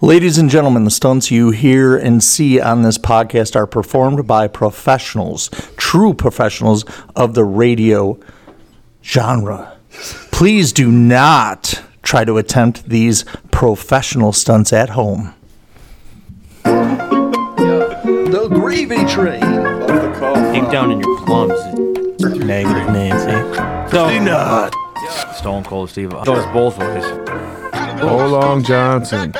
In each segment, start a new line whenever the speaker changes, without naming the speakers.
Ladies and gentlemen, the stunts you hear and see on this podcast are performed by professionals, true professionals of the radio genre. Please do not try to attempt these professional stunts at home.
The gravy train.
Deep down in your plums. Negative Nancy. So,
Peanut.
Stone Cold Steve. Those both ways.
How long, Johnson?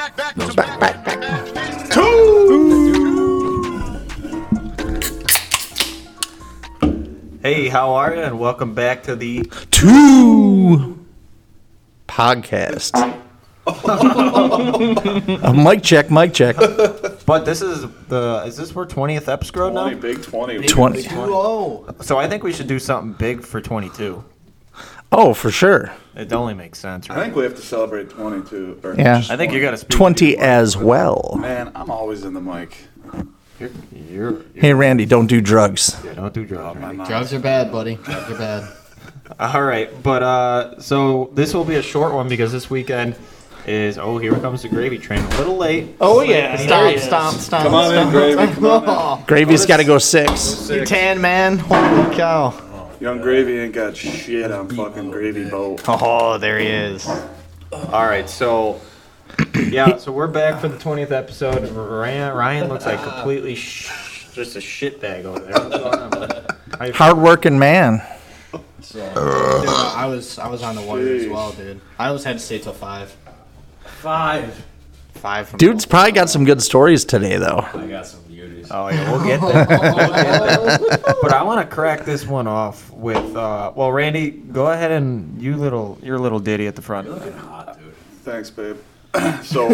Hey, how are you? And welcome back to the
Two podcast. A mic check, mic check.
But this is the is this where twentieth episode now?
big 20.
20.
So I think we should do something big for twenty two.
Oh, for sure.
It only makes sense,
I
right?
think we have to celebrate 22. Or
Yeah.
just
I think you
20.
got to speak.
20 as well.
Man, I'm always in the mic.
You're,
Hey, Randy, don't do drugs.
you don't do drugs.
My mouth.
Oh, Drugs are bad, buddy. Drugs are bad.
All right, but uh, so this will be a short one because this weekend is oh here comes the gravy train a little late.
Oh yeah. Stop, stop, stop.
Come on in, Gravy. Come on
Gravy's got to go six.
in. Six.
Tan man, holy cow.
Young Gravy ain't got shit on fucking Gravy Boat.
Oh, there he is.
All right, so yeah, so we're back for the twentieth episode. Ryan, Ryan looks like completely sh- just a shit bag over there. What's going on, bud? How you feeling?
Hardworking man.
Dude, I was I was on the water as well, dude. I almost had to stay till five.
Five.
Five from
Dude's probably got some good stories today, though.
Oh yeah, we'll get there. We'll get there. But I want to crack this one off with. Uh, well, Randy, go ahead and you little your little ditty at the front.
Thanks, babe. so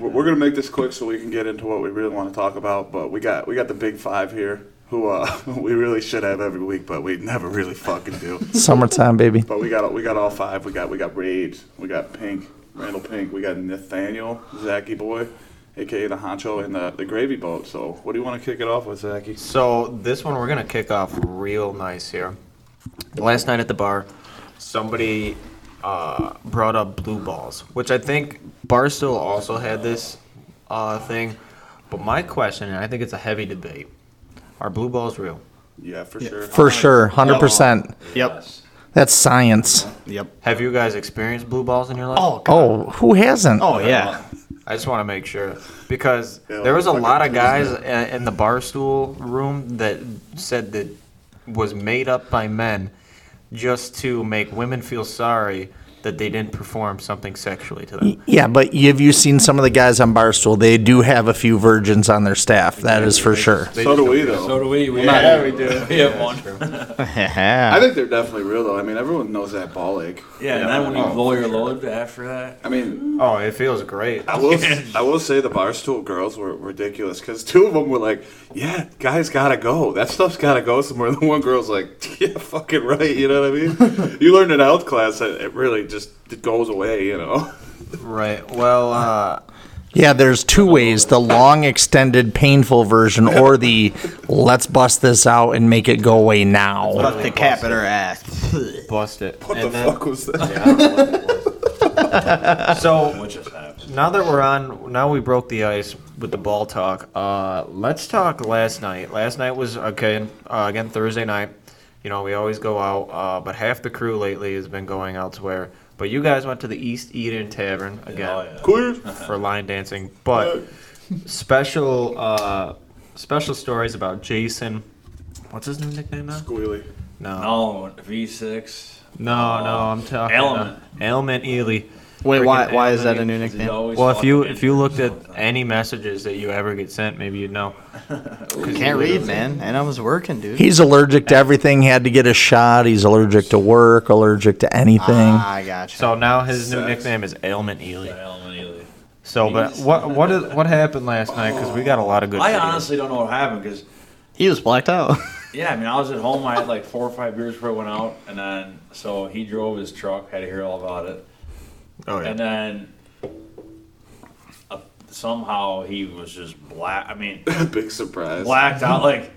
we're we're gonna make this quick so we can get into what we really want to talk about. But we got we got the big five here, who uh, we really should have every week, but we never really fucking do.
Summertime, baby.
But we got we got all five. We got we got Raid. We got Pink, Randall Pink. We got Nathaniel, Zachy Boy, aka the Honcho, and the, the Gravy Boat. So what do you want to kick it off with, Zachy?
So this one we're gonna kick off real nice here. Last night at the bar, somebody uh, brought up blue balls, which I think Barstool also had this uh, thing. But my question, and I think it's a heavy debate, are blue balls real?
Yeah, for sure.
For sure. 100%.
Yep.
That's science.
Yep.
Have you guys experienced blue balls in your life?
Oh god.
Oh, who hasn't?
Oh yeah.
I just want to make sure because
Yeah,
there was a
fucking
lot of guys i- in the barstool room that said that was made up by men just to make women feel sorry that they didn't perform something sexually to them.
Yeah, but have you seen some of the guys on Barstool? They do have a few virgins on their staff. That is for sure.
so do we though.
So do we. We
yeah,
have,
we do.
we have one.
I think they're definitely real though. I mean, everyone knows that ball ache.
Yeah, and then when you blow your load after that.
I mean,
Oh, it feels great.
I will I will say the barstool girls were ridiculous because two of them were like, "Yeah, guys gotta go. That stuff's gotta go somewhere." The one girl's like, "Yeah, fucking right." You know what I mean? you learn in health class that it really just it goes away. You know.
Right. Well, uh,
Yeah, there's two ways the long, extended, painful version, or the let's bust this out and make it go away now.
But the cap at her ass.
bust it.
What
And
the
then-
fuck was that?
So now that we're on, now we broke the ice with the ball talk. Uh, let's talk last night. Last night was okay. Uh, again, Thursday night. You know, we always go out, uh, but half the crew lately has been going elsewhere. But you guys went to the East Eden Tavern again
Queer.
for line dancing. But special, uh, special stories about Jason. What's his new nickname now?
Squealy.
No,
No, V6.
no, no. I'm talking
Element.
Uh, Element Ely.
Wait, why
Freaking
why is that a
Anthony,
new
'cause he's
nickname?
always
Well, if you
fucking
if you looked at
something.
any messages that you ever get sent, maybe you'd know.
Can't read, man. And I was working, dude.
He's allergic to everything, had to get a shot. He's allergic to work, allergic to anything.
Ah, I gotcha.
So now his new
Sucks.
nickname is Ailment Ely.
Immediately.
So, but what what is what happened last night? Because we got a lot of good.
I
videos.
honestly don't know what happened because,
he was blacked out.
yeah, I mean, I was at home. I had like four or five beers before I went out, and then so he drove his truck. Had to hear all about it,
Oh, yeah.
and then uh, somehow he was just black. I mean,
Big surprise.
blacked out. Like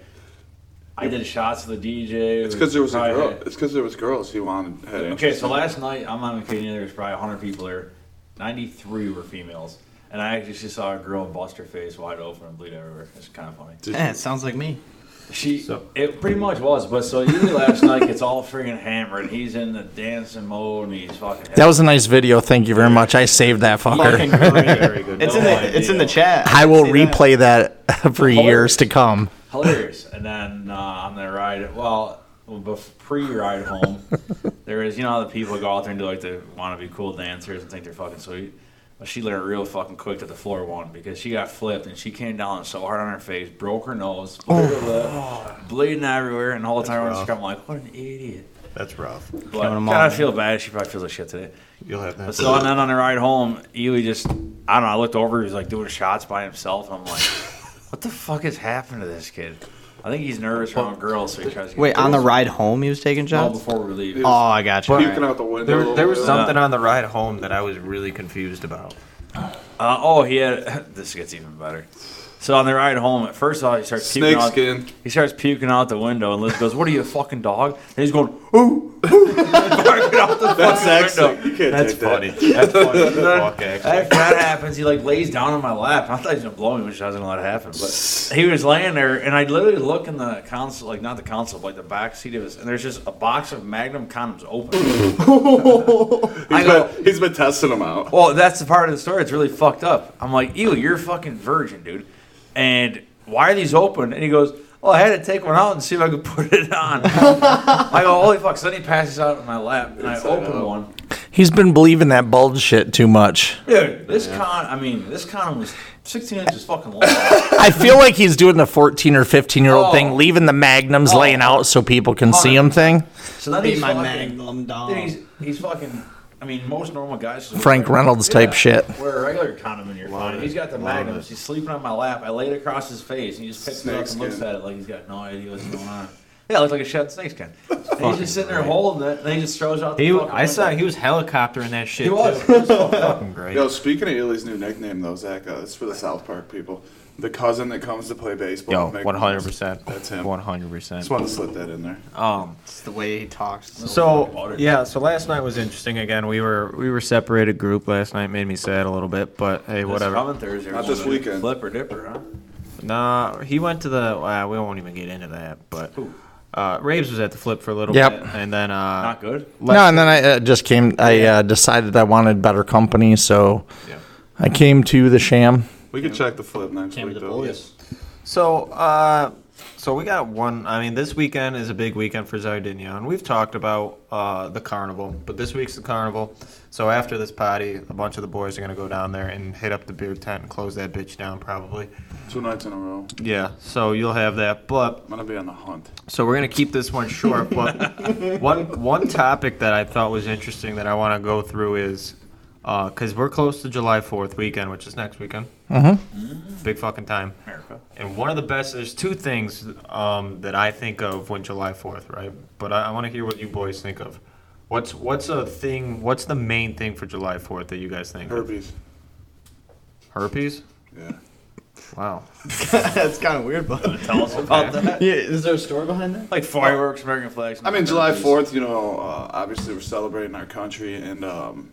I did shots of the DJ.
It's because there was a
Probably
girl.
had-
It's because there was girls he wanted. Had
Okay, so last night I'm not even kidding you. There was probably 100 people there. 93 were females. And I actually just saw a girl bust her face wide open and bleed everywhere. It's kind of funny.
Yeah, it sounds like me.
She, it pretty much was, but so Ely last night gets all friggin' hammered. He's in the dancing mode and he's fucking.
That was a nice video. Thank you very much. I saved that fucker.
Very good.
It's in
No
the it's in the
idea.
chat.
I will
can see that.
replay that for years to come.
hilarious. And then uh, on the ride, well, bef- pre-ride home, there is you know how the people go out there and do like the want to be cool dancers and think they're fucking sweet. But she learned real fucking quick that the floor one because she got flipped and she came down so hard on her face, broke her nose, blew
Oh.
her lip, bleeding everywhere, and the whole time I'm coming like, what an idiot.
That's rough.
But
them all
God, I
in.
feel bad. She probably feels like shit today.
You'll have that.
But so and then on the ride home, Ely just I don't know, I looked over, he was like doing shots by himself. I'm like, what the fuck has happened to this kid? I think he's nervous around girls, so he tries to get
Wait, on the ride home, he was taking
all
shots.
before we leave.
Oh, I got you.
Puking out the window.
There, there was
some.
something on the ride home that I was really confused about.
Uh, oh, he had this gets even better. So on the ride home, at first off, he starts puking
Snake
out,
skin.
He starts puking out the window, and Liz goes, "What are you, a fucking dog?" And he's going, "Ooh." barking out the
That's
fucking window.
accent. You can't
That's
take that.
funny. That's funny. And then After that happens, he like lays down on my lap. I thought he was gonna blow me, which I was gonna let it happen. But he was laying there, and I literally look in the console, like not the console, but like the back seat of his, and there's just a box of Magnum condoms open. I
He's
go,
been, he's been testing them out.
well, that's the part of the story that's really fucked up. I'm like, ew, you're a fucking virgin, dude. And why are these open? And he goes, well, I had to take one out and see if I could put it on. I go, holy fuck. So then he passes out in my lap, and I open one.
He's been believing that bulge shit too much.
Dude, this con, I mean, this con was 16 inches fucking long.
I feel like he's doing the 14 or 15 year old
Oh.
thing, leaving the magnums
Oh.
laying out so people can see him thing.
So then
Be
he's
my
fucking,
magnum dog.
Then he's, he's fucking. I mean, most normal guys. just-
Frank Reynolds type shit.
Wear a regular condom in your fine. He's got the magnums. He's sleeping on my lap. I lay it across his face, and he just picks it up and
Snakeskin.
looks at it like he's got no idea what's going on. Yeah, it looks like a shot snakeskin. And he's just sitting there holding it, and then he just throws out the.
He,
fucking
I saw
window.
he was helicoptering that shit.
He was.
too.
Fucking great.
Yo, speaking of Ely's new nickname though, Zach, uh, it's for the South Park people. The cousin that comes to play baseball.
Yo,
with Mac-
one hundred percent.
That's him.
One hundred percent.
Just wanted to slip that in there.
Um.
It's the way he talks.
So yeah. So last night was interesting. Again, we were we were separated group last night. Made me sad a little bit, but hey,
This
whatever.
coming Thursday,
Not
we're
this
gonna
weekend.
Flip or dipper, huh?
Nah, he went to the. Uh, we won't even get into that. But uh, Raves was at the flip for a little
Yep.
bit, and then uh,
Not good.
No, and then I uh, just came, I uh, decided I wanted better company, so I came to the sham.
We could check the flip next
Came to
week
the
though.
boys.
So, uh, so we got one. I mean, this weekend is a big weekend for Zardinia, and we've talked about uh, the carnival, but this week's the carnival. So after this party, a bunch of the boys are gonna go down there and hit up the beer tent and close that bitch down, probably.
Two nights in a row.
Yeah. So you'll have that, but
I'm gonna be on the hunt.
so we're gonna keep this one short, but one one topic that I thought was interesting that I want to go through is because we're close to July Fourth weekend, which is next weekend. Mm-hmm. Big fucking time.
America.
And one of the best. There's two things um, that I think of when July Fourth, right? But I, I want to hear what you boys think of. What's what's a thing? What's the main thing for July Fourth that you guys think? of?
Herpes.
Herpes.
Yeah.
Wow.
That's kind of weird, but
Tell us about that.
yeah, is there a story behind that?
Like fireworks, American flags.
I mean, July 4th, you know, uh, obviously we're celebrating our country, and, um,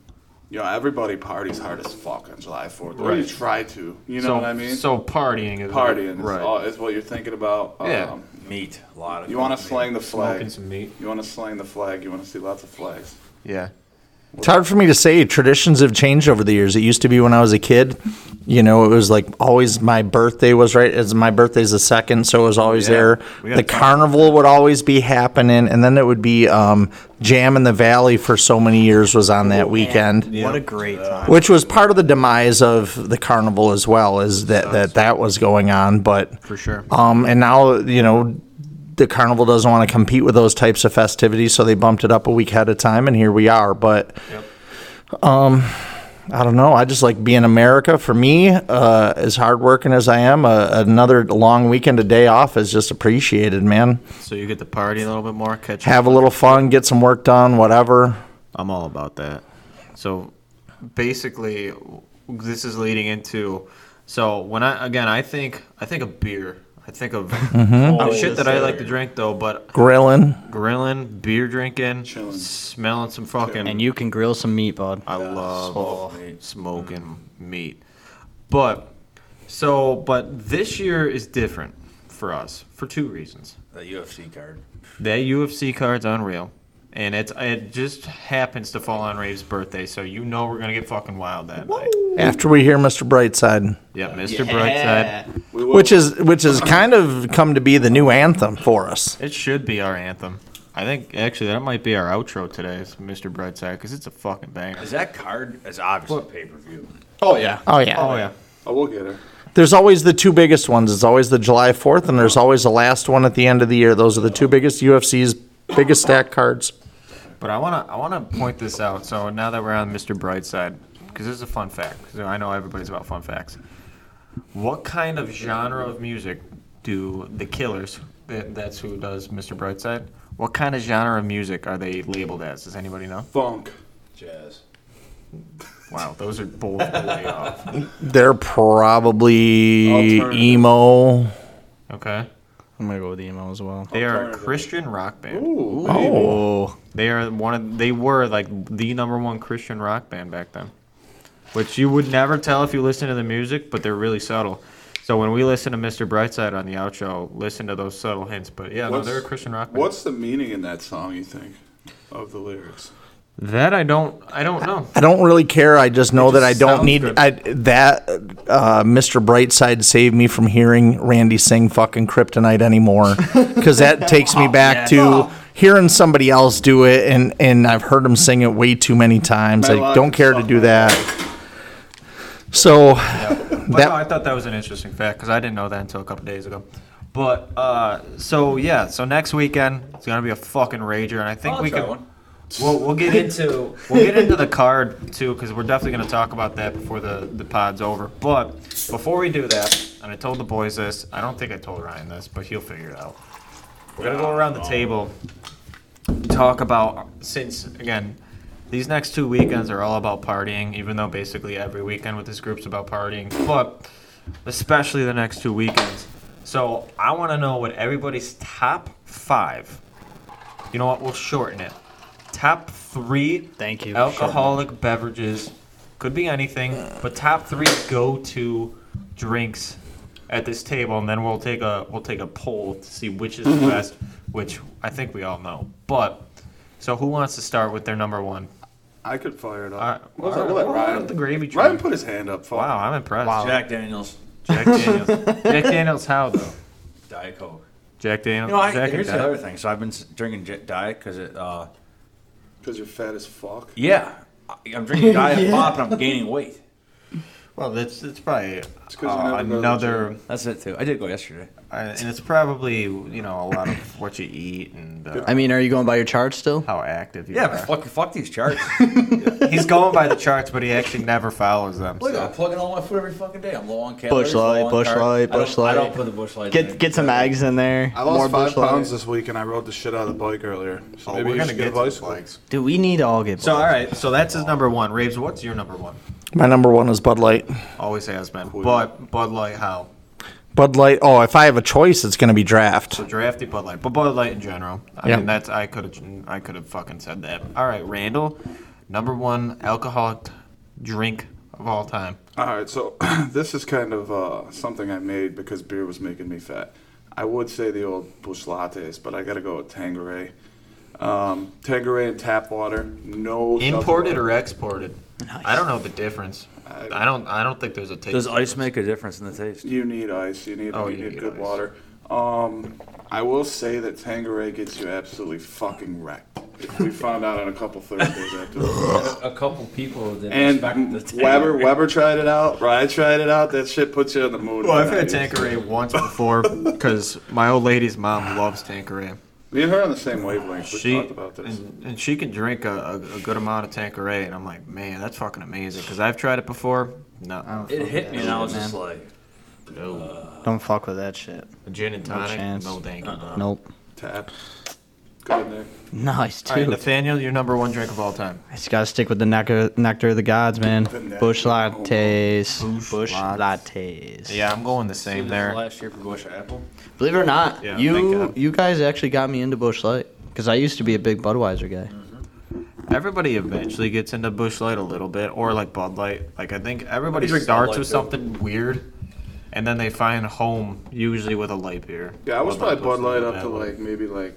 you know, everybody parties hard as fuck on July 4th. Or you
Right.
try to. You know
so
what I mean?
so partying is
Partying
right?
is, all, is what you're thinking about.
Yeah.
Um,
meat. A lot of.
you want to
meat.
slang the flag.
Smoking some meat.
You want to slang the flag. You want to see lots of flags.
Yeah.
It's hard for me to say. Traditions have changed over the years. It used to be when I was a kid, you know, it was like always my birthday was right. As my birthday's the second, so it was always
Yeah.
there.
We gotta
The
talk-
carnival would always be happening, and then it would be um, Jam in the Valley for so many years was on that weekend.
What a great time.
which was part of the demise of the carnival as well is that that, that was going on but
For sure.
um and now you know the carnival doesn't want to compete with those types of festivities so they bumped it up a week ahead of time and here we are but um I don't know. I just like being America. For me, uh, as hardworking as I am, uh, another long weekend, a day off is just appreciated, man.
So you get to party a little bit more, catch
Have a little fun, get some work done, whatever.
I'm all about that. So basically, this is leading into. So when I again, I think I think of beer. I think of of shit that I like to drink though, but
Grilling.
grilling, beer drinking,
Chilling.
smelling some fucking.
And you can grill some meat, bud.
I love
Smoke
smoking meat. But so, but this year is different for us for two reasons.
The UFC card.
That UFC card's unreal, and it's it just happens to fall on Rave's birthday, so you know we're gonna get fucking wild that night.
After we hear Mr. Brightside,
Yep, Mr. Brightside.
We will-
which is which is kind of come to be the new anthem for us.
It should be our anthem. I think actually that might be our outro today, is Mr. Brightside, because it's a fucking banger.
Is that card? It's obviously pay per view.
Oh yeah.
Oh yeah.
Oh yeah.
I will get her.
There's always the two biggest ones. It's always the July 4th, and there's always the last one at the end of the year. Those are the two biggest UFC's biggest stack cards.
But I wanna I wanna point this out. So now that we're on Mr. Brightside, because this is a fun fact. 'cause I know everybody's about fun facts. What kind of genre of music do the Killers? That, that's who does Mr. Brightside. What kind of genre of music are they labeled as? Does anybody know?
Funk.
Jazz.
Wow, those are both way off.
They're probably
Alternative.
emo.
Okay.
I'm gonna go with emo as well.
They are a Christian rock band.
Ooh.
Oh,
They are one of they were like the number one Christian rock band back then. Which you would never tell if you listen to the music, but they're really subtle. So when we listen to Mr. Brightside on the outro, listen to those subtle hints. But yeah, no,
What's-
they're a Christian rock band.
What's the meaning in that song? You think of the lyrics?
that I don't I don't know.
I don't really care. I just know
It
that I
just
don't
sounds
need
good.
I, that. Uh, Mr. Brightside saved me from hearing Randy sing fucking Kryptonite anymore because that takes
Oh,
me back to hearing somebody else do it, and and I've heard him sing it way too many times. I
Metallica
don't care to
sucked
do
my
that. So
But
That-
no, I thought that was an interesting fact because I didn't know that until a couple days ago. But uh, so yeah, so next weekend it's gonna be a fucking rager, and I think we can. We'll, we'll get into we'll get into the card too because we're definitely going to talk about that before the the pod's over. But before we do that, and I told the boys this, I don't think I told Ryan this, but he'll figure it out. We're gonna go around the table, talk about since again, these next two weekends are all about partying. Even though basically every weekend with this group's about partying, but especially the next two weekends. So I want to know what everybody's top five. You know what? We'll shorten it. Top three
Thank you.
alcoholic beverages could be anything, but top three go-to drinks at this table, and then we'll take a we'll take a poll to see which is
Mm-hmm.
the best, which I think we all know. But so who wants to start with their number one?
I could fire it up.
Uh,
What was
uh,
that? Let
what
Ryan-
about the gravy train?
Ryan put his hand up. Fuck.
Wow, I'm impressed.
Jack Daniels,
Jack Daniels. Jack Daniels how though?
Diet Coke.
Jack Daniels.
You know, I,
Jack and
here's the
Jack.
other thing. So I've been s- drinking J- Diet because it. Uh,
Because you're fat as fuck.
yeah, I- I'm drinking Diet Pop and I'm gaining weight.
Well, that's that's probably
'cause you
uh,
never go to the
another,
gym.
That's it too. I did go yesterday.
uh, and it's probably you know a lot of what you eat and uh,
I mean, are you going by your chart still?
how active you
Yeah,
are.
but fuck, fuck these charts.
He's going by the charts, but he actually never follows them.
Look, I'm
So.
plugging all my food every fucking day. I'm low on calories.
Bush Light,
low on
Bush
carb.
Light,
I don't-
Bush
I don't
Light.
put the Bush Light.
Get get some eggs in there.
I lost five
Busch Light.
pounds this week and I rode the shit out of the bike earlier. So
Oh,
maybe
we're
you
gonna
should
get
get a
to the
bicycle.
bikes.
Dude, we need to all get.
So
Busch.
all right, so that's his number one. Raves, what's your number one?
my number one is Bud Light.
Always has been. But Bud Light, how?
Bud Light. Oh, if I have a choice, it's going to be draft.
So drafty Bud Light, but Bud Light in general. I
Yeah.
mean, that's I could have I could have fucking said that. All right, Randall, number one alcoholic drink of all time.
All right, so this is kind of uh, something I made because beer was making me fat. I would say the old Bush lattes, but I gotta go with Tangeray. Um, Tangeray and tap water, no nothing
Imported
but-
or exported? I don't know the difference.
I-
I don't. I don't think there's a taste.
Does ice make a difference in the taste?
You need ice. You need.
Oh,
you
you
need,
need
good
ice.
water. Um, I will say that Tangeray gets you absolutely fucking wrecked. We found out on a couple Thursdays after. that.
A couple people didn't
and
expect the
Weber Weber tried it out. Ryan tried it out. That shit puts you on the mood.
Well, I've
for
had
nine years.
Tanqueray once before because my old lady's mom loves Tanqueray.
Me and her on the same wavelength. We
she
talked about this.
And, and she can drink a, a, a good amount of Tanqueray, and I'm like, man, that's fucking amazing. Because I've tried it before. No,
It hit me, and I was just like, uh,
Don't fuck with that shit.
gin and tonic, no,
chance.
thank you.
Nope.
Tap. Go in there.
Nice
All right,
dude.
Nathaniel, your number one drink of all time.
I just gotta stick with the nectar, nectar of the gods, man.
nectar.
Bush lattes.
Busch
Bush
Lattes.
lattes.
Yeah, I'm going the same there.
last year for Bush Apple.
Believe it or not,
Yeah, thank
you
God.
you guys actually got me into Bush Light because I used to be a big Budweiser guy.
Everybody eventually gets into Bush Light a little bit, or like Bud Light. Like I think everybody
drink Bud
starts
Light,
with
too.
something weird, and then they find home usually with a light beer.
Yeah, I was probably
was
Bud Light
the
up
bad
to
one.
like maybe like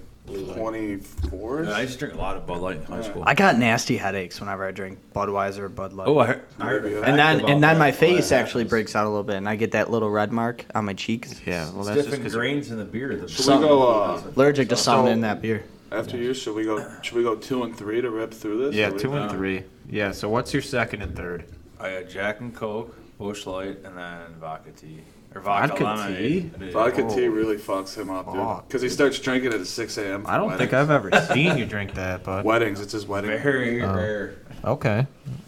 24.
I used to drink a lot of Bud Light in high school.
I got nasty headaches whenever I drink Budweiser or Bud Light.
oh, I heard, I heard
And
a fact
and then
about
and then
that.
my face actually breaks out a little bit, and I get that little red mark on my cheeks.
Yeah, well
It's
that's just
different
'cause-
grains in the beer. The
Should we go uh,
Allergic to something
So-
in that beer.
after you? Should we go? Should we go two and three to rip through this?
yeah,
Or we-
two and three. Yeah, so what's your second and third?
I got Jack and Coke, Bush Light, and then vodka tea or vodka,
Vodka
lemonade. I did.
Vodka
Oh.
tea really fucks him up, dude.
Fuck.
Because he starts drinking it at 6 a.m. for
I don't think
weddings.
I've ever seen you drink that, but
Weddings, it's his wedding.
Very rare.
okay.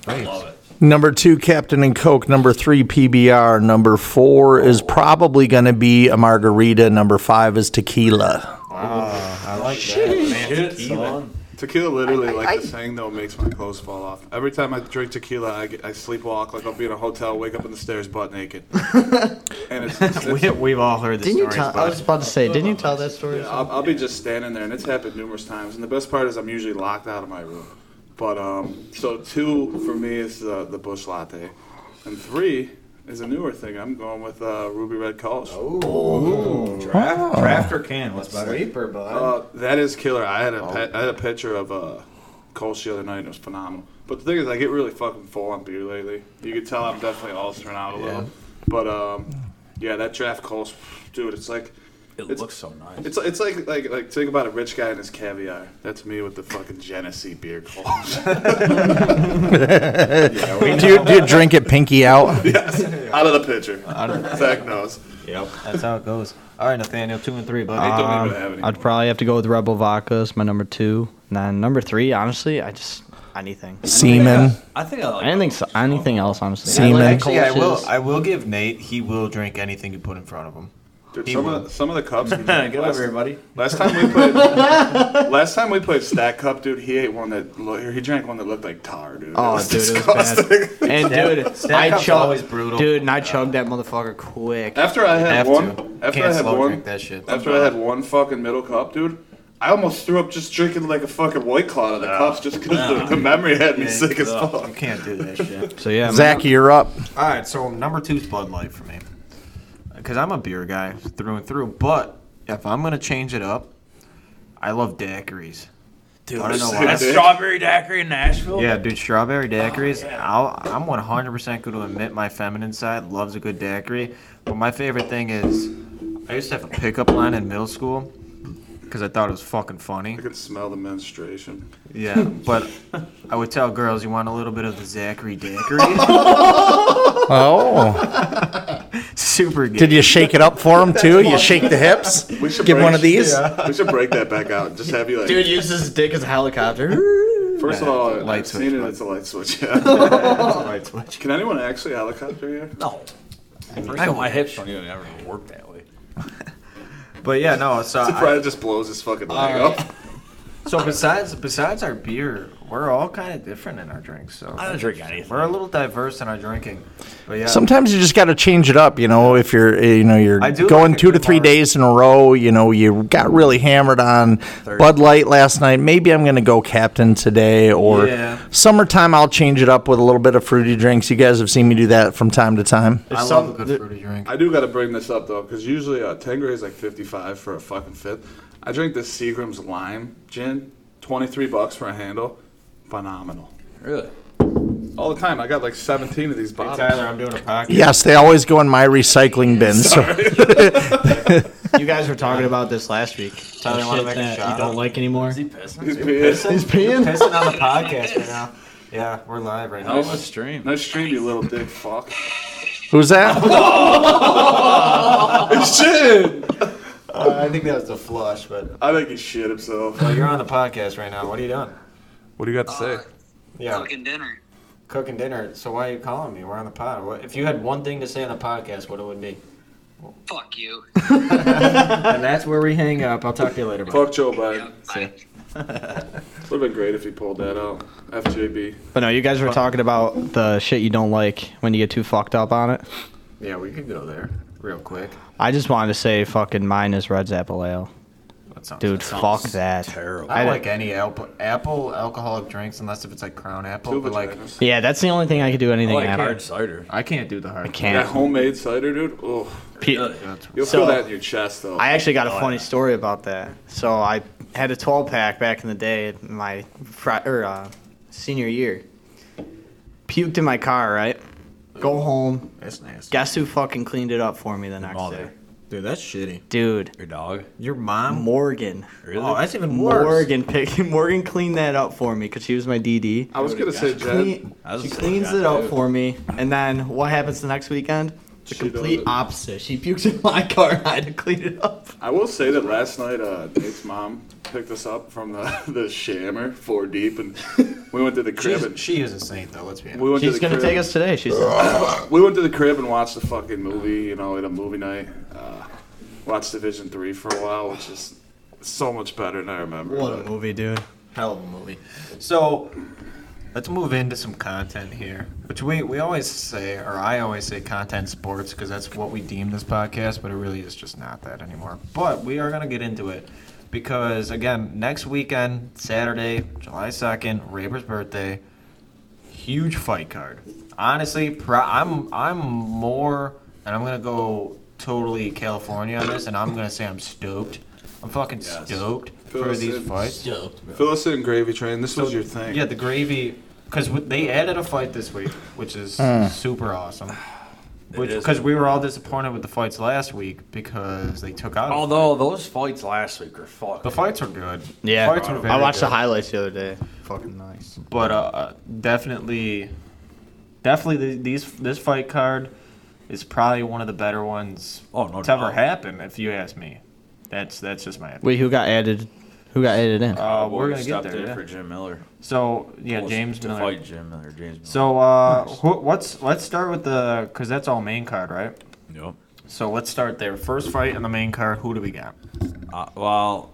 Oh,
I love it.
Number two, Captain and Coke. Number three, PBR. Number four is probably going to be a margarita. Number five is tequila.
I like that. Man,
Shit,
tequila.
son.
Tequila, literally, like the saying though, makes my clothes fall off. Every time I drink tequila, I, get, I sleepwalk like I'll be in a hotel, wake up in the stairs butt naked. and it's, it's,
We, we've all heard this
Didn't you
story.
tell? I was about to say, didn't you tell that story?
I'll, I'll be just standing there, and it's happened numerous times. And the best part is, I'm usually locked out of my room. But um, so two for me is uh, the bush latte, and three is a newer thing. I'm going with uh, ruby red Kolsch.
Draft, draft or can? What's better?
Sleeper, bud.
Uh, that is killer. I had a pe- I had a picture of uh, Kolsch the other night. and It was phenomenal. But the thing is, I get really fucking full on beer lately. You can tell I'm definitely altering out a little. But um, yeah, that draft Kolsch, dude, it's like
It
It's-
looks so nice.
it's it's like like like think about a rich guy and his caviar. That's me with the fucking Genesee beer Kolsch.
Do you, do you drink it pinky out?
out of the picture. Zach knows.
Yep, that's how it goes. All right, Nathaniel, two and three, buddy.
They don't even have any.
I'd probably have to go with Rebel Vodka as my number two. And then number three, honestly, I just anything.
Semen.
I think I like.
I didn't think so, anything else, honestly.
Semen.
I like
Actually, I will.
Kolsch's.
I will give Nate. He will drink anything you put in front of him.
Dude,
He
some
will.
of some of the cups.
Get over here, buddy.
Last time we played, last time we played Stack Cup, dude, he ate one that lo- he drank one that looked like tar, dude.
Oh,
was
dude, it was
disgusting.
bad. And dude, I
cup's
chugged,
always brutal.
dude, and I chugged that motherfucker quick.
After I
Have
had
to.
one, after
Can't
I had
slow
one,
drink that shit.
after I had one fucking middle cup, dude, I almost threw up just drinking like a fucking white claw out of the cups just because the, the memory had me sick as
ugh.
fuck.
You can't do that shit.
So yeah,
Zach, you're up.
All right, so number two is Bud Light for me, because I'm a beer guy through and through. But if I'm gonna change it up, I love daiquiris. Dude, I don't know why.
That's strawberry daiquiri in Nashville.
Yeah, dude, strawberry daiquiris. I'll, I'm 100% going to admit my feminine side loves a good daiquiri. But my favorite thing is, I used to have a pickup line in middle school because I thought it was fucking funny.
I could smell the menstruation.
Yeah, but I would tell girls, you want a little bit of the Zachary daiquiri?
Oh,
Super good.
did you shake it up for him too? You shake the hips.
We should
Give
break-
one of these.
We should break that back out. and Just have you like.
dude uses his dick as a helicopter.
first of all,
light
I've
switch,
seen it.
bud.
It's a light switch. Yeah.
Light switch.
Can anyone actually helicopter here?
No. First of all, my hips don't even ever work that way.
But yeah, no, so, I-
Brian just blows his fucking leg off.
so besides besides our beer, we're all kind of different in our drinks. So
I don't drink anything.
we're a little diverse in our drinking. But yeah,
Sometimes you just got to change it up, you know. If you're, eh, you know, you're
I do
going
like a
two to
good
three
bar.
days in a row, you know, you got really hammered on Bud Light last night. Maybe I'm going to go Captain today, or
Yeah.
summertime. I'll change it up with a little bit of fruity drinks. You guys have seen me do that from time to time.
I love a good fruity drink.
I do got to bring this up though, because usually uh, Tengray is like fifty-five for a fucking fifth. I drink this Seagram's lime gin, twenty-three bucks for a handle, phenomenal.
Really?
All the time. I got like seventeen of these bottles.
Tyler, I'm doing a podcast.
Yes, they always go in my recycling bin. So
you guys were talking about this last week.
Tyler, Oh, you wanna
Shit
make a
that
shot?
You don't like anymore.
Is he pissing?
He's peeing.
pissing on the podcast right now. Yeah, we're live right
Oh,
now.
a stream.
Nice stream, you little dick fuck.
who's that?
Shit!
Uh, I think that was the flush, but
I think he shit himself.
you're on the podcast right now. What are you doing?
What do you got to say?
Uh,
Yeah, cooking dinner. Cooking dinner. So why are you calling me? We're on the pod. What, if you had one thing to say on the podcast, what it would be?
Fuck you.
And that's where we hang up. I'll talk to you later. bud.
Fuck Joe Biden. Would have been great if he pulled that out. FJB.
But no, you guys were talking about the shit you don't like when you get too fucked up on it.
Yeah, we could go there real quick.
I just wanted to say, fucking mine is Red's Apple Ale.
That sounds
Dude,
that sounds
fuck that.
Terrible.
I don't like any apple, apple alcoholic drinks unless if it's like Crown Apple. But like,
Yeah, that's the only thing I could do
I
anything
like
at.
hard cider.
I can't do the hard. I
That
Can't.
homemade cider, dude. Oh,
uh,
Pe-
you'll
So-
feel that in your chest, though.
I actually got a funny story about that. So I had a 12 pack back in the day, in my fr- or, uh, senior year. Puked in my car, right? Go home.
That's nasty.
Guess who fucking cleaned it up for me the next day?
Mother.
Dude, that's shitty.
Dude,
Your dog?
Your mom.
Morgan.
Really?
Oh, that's even worse.
Morgan picked. Morgan cleaned that up for me because she was my DD.
I was gonna say, Jen.
Clean-
I was
she
gonna say,
cleans
God,
it up
dude.
for me, and then what happens the next weekend? The
She does
complete
it.
opposite. She pukes in my car, and I had to clean it up.
I will say that last night, uh, Nate's mom picked us up from the, the Shammer four deep, and we went to the crib.
She's,
And
she is a saint though. Let's be honest.
we went
She's
to the
gonna
crib.
take us today. She's.
We went to the crib and watched the fucking movie. You know, at a movie night. Uh, watched Division Three for a while, which is so much better than I remember.
What a
but-
movie, dude.
Hell of a movie. So let's move into some content here, which we, we always say, or I always say content sports, because that's what we deem this podcast, but it really is just not that anymore. But we are going to get into it because, again, next weekend, Saturday, July 2nd, Raber's birthday, huge fight card. Honestly, pro- I'm, I'm more, and I'm going to go totally California on this, and I'm going to say I'm stoked. I'm fucking stoked for
Feels
these
it.
fights.
Fill us in, Gravy Train. This was your thing.
Yeah, the gravy, because they added a fight this week, which is
Hmm.
super awesome.
is.
Because we were all disappointed with the fights last week because they took out.
Although those fights last week were fucked.
the fights were good.
Yeah,
fights were
I
very
watched the
good.
highlights the other day. Fucking nice.
but uh, definitely, definitely the, these this fight card is probably one of the better ones
Oh, no
to ever
doubt.
happen, if you ask me. That's that's just my opinion.
Wait, who got added? Who got added in?
Uh,
Cowboys
we're gonna get
stepped
there.
in
yeah.
for Jim Miller.
So yeah,
Well,
James
to
Miller.
fight Jim Miller. James Miller.
So uh, wh- what's let's start with the because that's all main card, right?
Yep.
So let's start there. First fight in the main card. Who do we got?
Uh, well,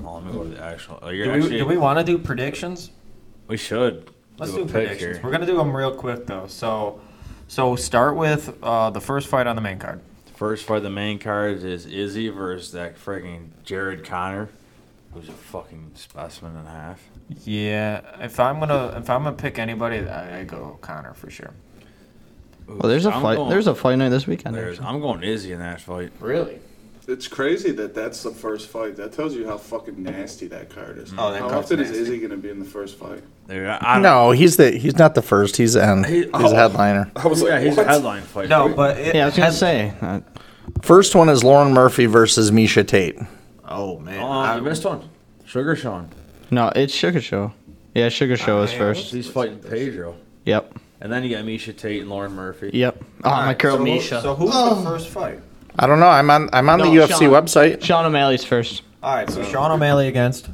well, let me go to the actual. oh, you're
Do we,
actually-
do we want to do predictions?
we should.
Let's
do
do,
a pick
predictions.
here.
We're gonna do them real quick though. So, so start with uh, the first fight on the main card.
First fight, of the main card is Izzy versus that friggin' Jared Connor, who's a fucking specimen and a half.
Yeah, if I'm gonna if I'm gonna pick anybody, I, I go Connor for sure.
well, Oh, there's a
I'm
fight.
going-
There's a fight night this weekend.
there's-
actually.
I'm going Izzy in that fight.
Really?
It's crazy that that's the first fight. That tells you how fucking nasty that card is.
Oh, that
how
card's
often
nasty.
is Izzy going to be in the first fight?
There, I, I
No, he's the he's not the first. He's the end.
He-
he's
oh.
a headliner.
I was
Yeah,
like,
he's
what?
a headline fighter.
No, but it,
Yeah, I was gonna
has-
say. uh,
First one is Lauren Murphy versus Misha Tate.
Oh man,
Oh,
I-
you missed one. Sugar Sean.
no, it's Sugar Show. Yeah, Sugar Show is first.
He's fighting Pedro.
Yep.
And then you got Misha Tate and Lauren Murphy.
Yep. Oh, my girl
so who-
Misha.
So who's the first fight?
I don't know. I'm on I'm on
No,
the UFC
Sean.
website.
Sean O'Malley's first.
All right, so Sean O'Malley against.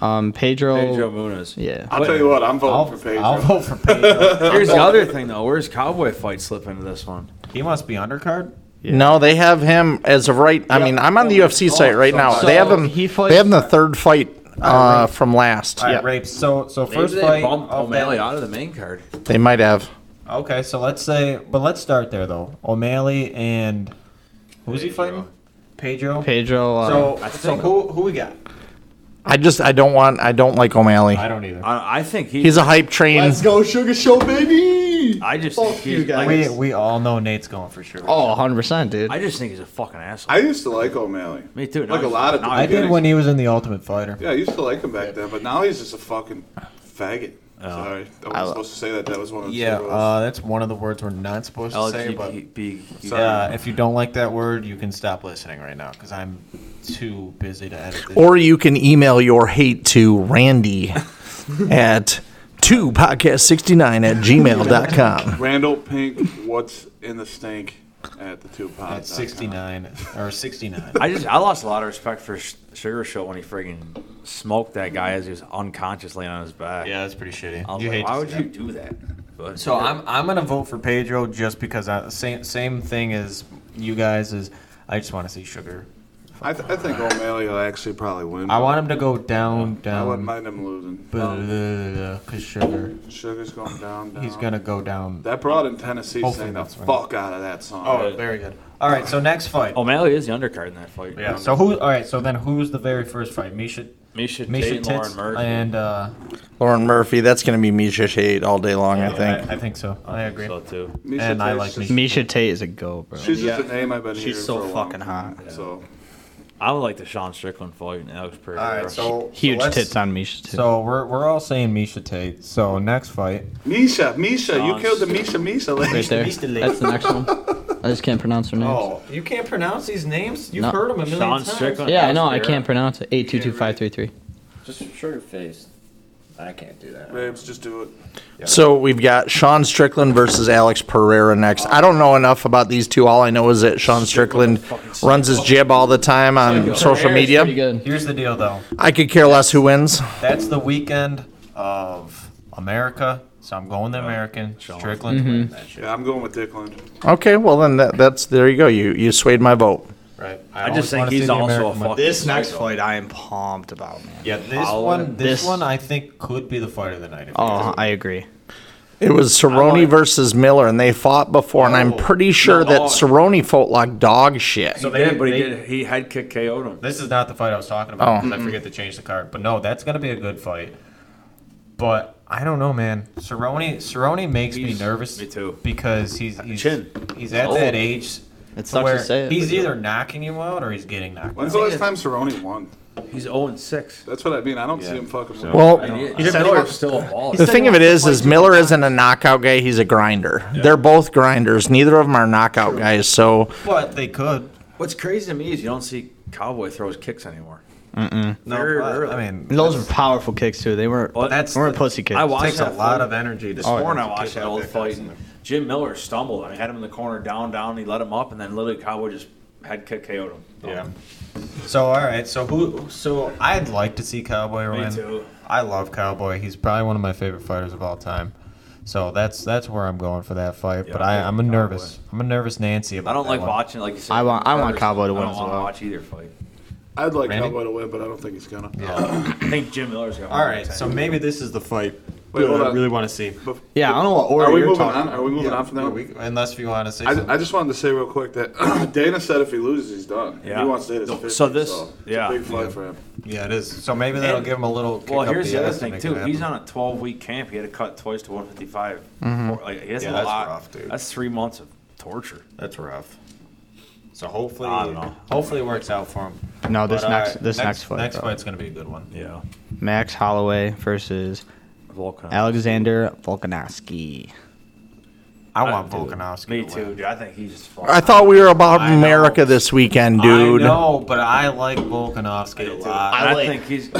Um, Pedro.
Pedro Munoz.
Yeah.
I'll tell you what, I'm voting
I'll,
for Pedro.
I'll vote for Pedro.
Here's the other thing though. Where's Cowboy fight slip into this one?
he must be undercard.
No, they have him as of right. I mean, I'm on the UFC site right now.
so
they have him.
he
they
fights-
have him the third fight uh, from last.
All right,
Yep.
rapes. So, so first
First they
fight. Oh,
bump
of that-
O'Malley out of the main card.
They might have.
Okay, so let's say, but let's start there though. O'Malley and who's he fighting? Pedro.
Pedro. Uh,
So,
I
so
think-
who who we got?
I just I don't want I don't like O'Malley.
I don't either.
I, I think he.
He's a hype train.
go Sugar Show, baby.
I just think he's, like,
We we all know Nate's going for sure.
Oh, 100 percent, dude.
I just think he's a fucking asshole.
I used to like O'Malley.
Me too. Now
Like a
he's-
lot of
now
people.
I
he's-
did when he was in the Ultimate Fighter.
Yeah, I used to like him back then, but now he's just a fucking faggot. Sorry. I wasn't
I-
supposed to say that. That was one of the
Oh. Yeah,
two rules.
uh, that's one of the words we're not supposed to say. But
LGBT.
uh, if you don't like that word, you can stop listening right now because I'm too busy to edit. This.
Or you can email your hate to Randy at two podcast sixty nine at gmail.com.
Randall Pink, what's in the stink at the two
at
pods?
69 or 69.
I just I lost a lot of respect for Sh- Sugar Show when he friggin' smoked that guy as he was unconscious laying on his back.
yeah, that's pretty shitty.
I was
You
like,
hate to
why
see
would
that.
you do that? But
So I'm I'm gonna vote for Pedro just because I, same same thing as you guys is I just want to see Sugar
I, th- I think O'Malley will actually probably win.
I want him to go down,
I wouldn't
down.
mind him losing. Um,
Because sugar.
Sugar's going down. down.
He's going to go down.
That brought in Tennessee
Hopefully
sang the
that's right.
fuck out of that song.
Oh, very good. All right, so next fight.
O'Malley is the undercard in that fight.
Yeah. So who? All right. So then, who's the very first fight? Misha,
Misha,
Misha
Tate and Lauren
Tits
Murphy.
and uh,
Lauren Murphy, that's going to be Misha Shade all day long, I think.
I, think so. I, agree.
So too.
Misha
and I
Tate's
like
just-
Misha.
Misha Tate is a go, bro.
She's just a name I've been
She's
hearing
so
for a
fucking
long time,
hot.
So
I would like the Sean Strickland fight and Alex Pereira.
All right. So
Huge
so let's-
tits on Misha Tate.
So we're we're all saying Misha Tate. So next fight.
Misha, Misha, you
Songs.
killed the Misha, Misha lady.
Right there.
Beast of Lake.
That's the next one. I just can't pronounce her name.
Oh.
you can't pronounce these names. You've
No.
heard them a million
Sean
times.
Strickland.
Yeah, I know. I
Alex
can't pronounce it. Eight two two five three three.
Just show your face. I can't do that.
Babes, just do it.
So we've got Sean Strickland versus Alex Pereira next. I don't know enough about these two. All I know is that Sean Strickland runs his jib all the time on social
Pretty
media.
good.
Here's the deal, though.
I could care less who wins.
That's the weekend of America. So I'm going the American. Strickland. to win
Mm-hmm.
that shit.
Yeah, I'm going with Dickland.
Okay, well then that, that's there you go. You you swayed my vote.
Right.
I
always
just think
wanna see
he's
the
also a
American one.
fucking.
this next fight, I am pumped about, man.
Yeah, this one, this, one, I think could be the fight of the night. If
Oh, I agree.
It was Cerrone versus Miller, and they fought before, and I'm pretty sure that Cerrone fought like dog shit.
so
He did, but he did. He head kick KO'd him.
This is not the fight I was talking about.
Oh.
'cause I forget to change the card, but no, that's gonna be a good fight. But I don't know, man. Cerrone, Cerrone makes me
He's-
nervous.
me too.
Because he's he's
Chin.
he's at that age.
It
to
sucks to
where
say it,
he's
but-
either knocking you out or he's getting knocked
When's
out.
the last time Cerrone won?
He's 0 and 6.
That's what I mean. I don't see him fucking win.
Well,
He's still a baller.
the thing of it is, is Miller isn't a knockout guy. He's a grinder. They're both grinders. Neither of them are knockout guys. So
But they could.
What's crazy to me is you don't see Cowboy throws kicks anymore.
No,
Very
but,
rarely.
I mean,
And those were powerful kicks too. They weren't.
Well,
that's
they weren't
the-
pussy kicks.
I
it
watched
takes a
that
lot
fight.
of energy to
Oh,
this morning. I
to
watched
kick
that
out
old
that
fight.
guy.
And Jim Miller stumbled. I mean, had him in the corner, down, down. He let him up, and then literally Cowboy just head kick KO'd him.
Yeah. So all right. So who? So I'd like to see Cowboy
Me
win.
too.
I love Cowboy. He's probably one of my favorite fighters of all time. So that's that's where I'm going for that fight.
Yeah,
but
I
I,
like
I'm a
Cowboy.
nervous. I'm a nervous Nancy. About
I don't
that
like
one.
watching, like you said.
I want- I want
first.
Cowboy to
I
win
don't
as
wanna
well.
watch either fight.
I'd like
Randy?
Cowboy to win, but I don't think he's gonna.
I think Jim Miller's got.
All right. So maybe this is the fight.
Wait, hold
that I
on.
really want to see.
yeah, I don't know what order
Are we
you're
moving
talking.
on? Are we moving on from that? one?
Unless you want to see.
I, I just wanted to say real quick that Dana said if he loses, he's done.
Yeah.
He wants Dana to finish.
So this-
it's
yeah.
a big fight for him.
yeah, it is. So maybe that'll
And-
give him a little. Kick
Well,
up
here's the other
ass to
thing
make
too.
it
He's
happen.
on a 12-week camp. He had to cut twice to 155.
Mm-hmm.
Or, Like, he has
Yeah,
a
that's
lot.
rough, dude.
That's three months of torture.
That's rough. So hopefully,
I don't know.
hopefully it works out for him.
No, Oh, this
But, all
next
right,
this next, fight.
Next
bro.
fight's gonna be a good one.
Yeah.
Max Holloway versus
Volkan.
Alexander Volkanovski.
I want Volkanovski.
Me
to
too,
win.
dude. I think he's. Just
I thought we were about
I know.
America this weekend, dude.
I know, but I like Volkanovski a lot.
I,
like-
think he's.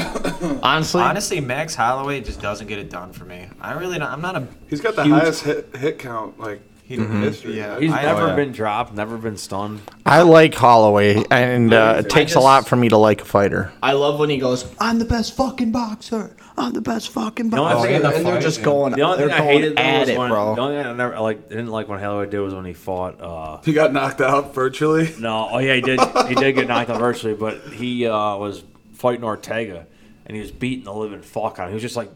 Honestly,
Honestly, Max Holloway just doesn't get it done for me. I really don't. I'm not a.
He's got the
Huge-
highest hit, hit count like in
Mm-hmm.
history.
Yeah.
He's
I-
never
yeah.
been dropped, never been stunned.
I like Holloway, and uh, it takes a lot for me to like a fighter.
I love when he goes, "I'm the best fucking boxer. I'm the best fucking
The only
boxer."
thing-
and
the
they're
fight,
just
yeah.
going,
The only
they're
thing I
going
hated though,
at
was
it,
when,
bro.
The only thing I never like didn't like when Holloway did was when he fought. uh
He got knocked out virtually.
No, oh yeah, he did. he did get knocked out virtually, but he uh, was fighting Ortega, and he was beating the living fuck out. of him. He was just like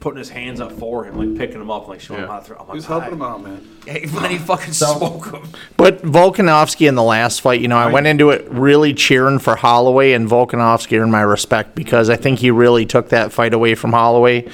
putting his hands up for him, like picking him up, like showing him how to throw. I'm like,
He was helping
"God."
him out, man.
Hey, man, he fucking smoked him.
But Volkanovski in the last fight, you know, I went into it really cheering for Holloway, and Volkanovski earned my respect because I think he really took that fight away from Holloway.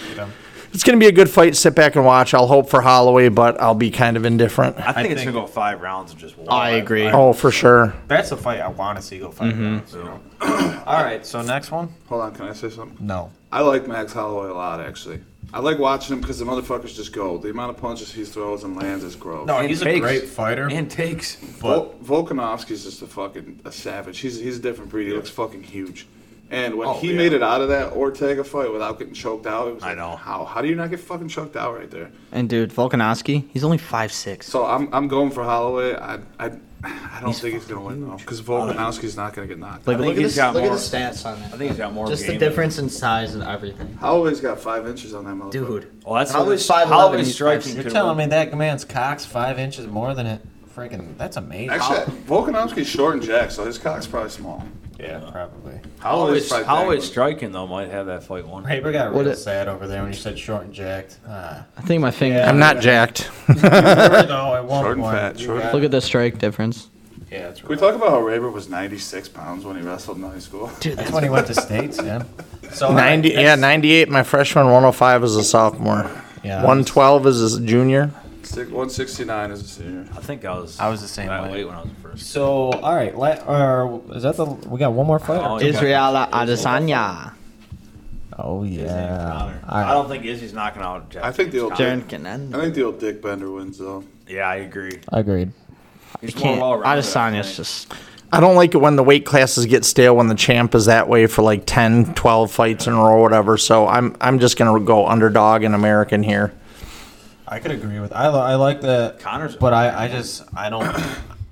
It's going to be a good fight. Sit back and watch. I'll hope for Holloway, but I'll be kind of indifferent.
I think, it's
think- Uh,
gonna go five rounds and just. One.
I agree.
Oh, for sure.
That's a fight I want to see go fight. You know? All right, so next one.
Hold on, can I say something?
No.
I like Max Holloway a lot, actually. I like watching him because the motherfuckers just go. The amount of punches he throws and lands is gross.
No, he's a
takes.
great fighter.
And takes.
but
Vol- Volkanovski's just a fucking a savage. He's he's a different breed. He looks fucking huge. And when
Oh,
he
yeah.
made it out of that Ortega fight without getting choked out, it was
I
like,
know.
how how do you not get fucking choked out right there?
And dude, Volkanovski, he's only five six.
So I'm I'm going for Holloway. I I, I don't think he's gonna win though because Volkanovski's not gonna get knocked.
Like,
out.
I
look
think
at,
he's
this,
got
look at
more-
the stats on
I
that.
think he's got more.
Just the
game.
difference in size and everything.
Holloway's got five inches on that motherfucker.
Dude,
Well, that's
Holloway's
what-
5'11",
Holloway's
he's
striking.
you're
could
telling
work.
me that man's cock's five inches more than it. freaking. That's amazing.
Actually, Volkanovski's short and jack, so his cock's probably small.
yeah, probably.
How
Always, always striking though might have that fight won.
Paper got
What
real
it-
sad over there when you said short and jacked. Ah.
I think my finger.
I'm not jacked.
no, at one
Short and
point,
fat,
you
short and
got-
Look at the strike difference.
Yeah, that's
Can we
right.
talk about how Raber was 96 pounds when he wrestled in high school?
Dude, that's when he went to states, man. So
Ninety,
that's-
yeah, ninety-eight. My freshman, one hundred five as a sophomore.
Yeah.
one twelve as a junior.
Six- 169 as a senior.
I think I was.
I was the same
that
way.
weight when I was first.
So, all right, la- or is that the? We got one more fight.
Oh, yeah.
Israel Adesanya.
Oh yeah.
Connor.
All right.
I don't think Izzy's knocking out. Jack
I think the
James
old-
Connor.
Darren Canan.
I think the old Dick Bender wins, though.
Yeah, I agree.
Agreed.
He's more
Can't.
well-rounded, I
Adesanya's
think.
just.
I don't like it when the weight classes get stale when the champ is that way for like 10, 12 fights in a row or whatever. So I'm I'm just gonna go underdog and American here.
I could agree with. I, li- I like the
Connor's-
but I, I just I don't.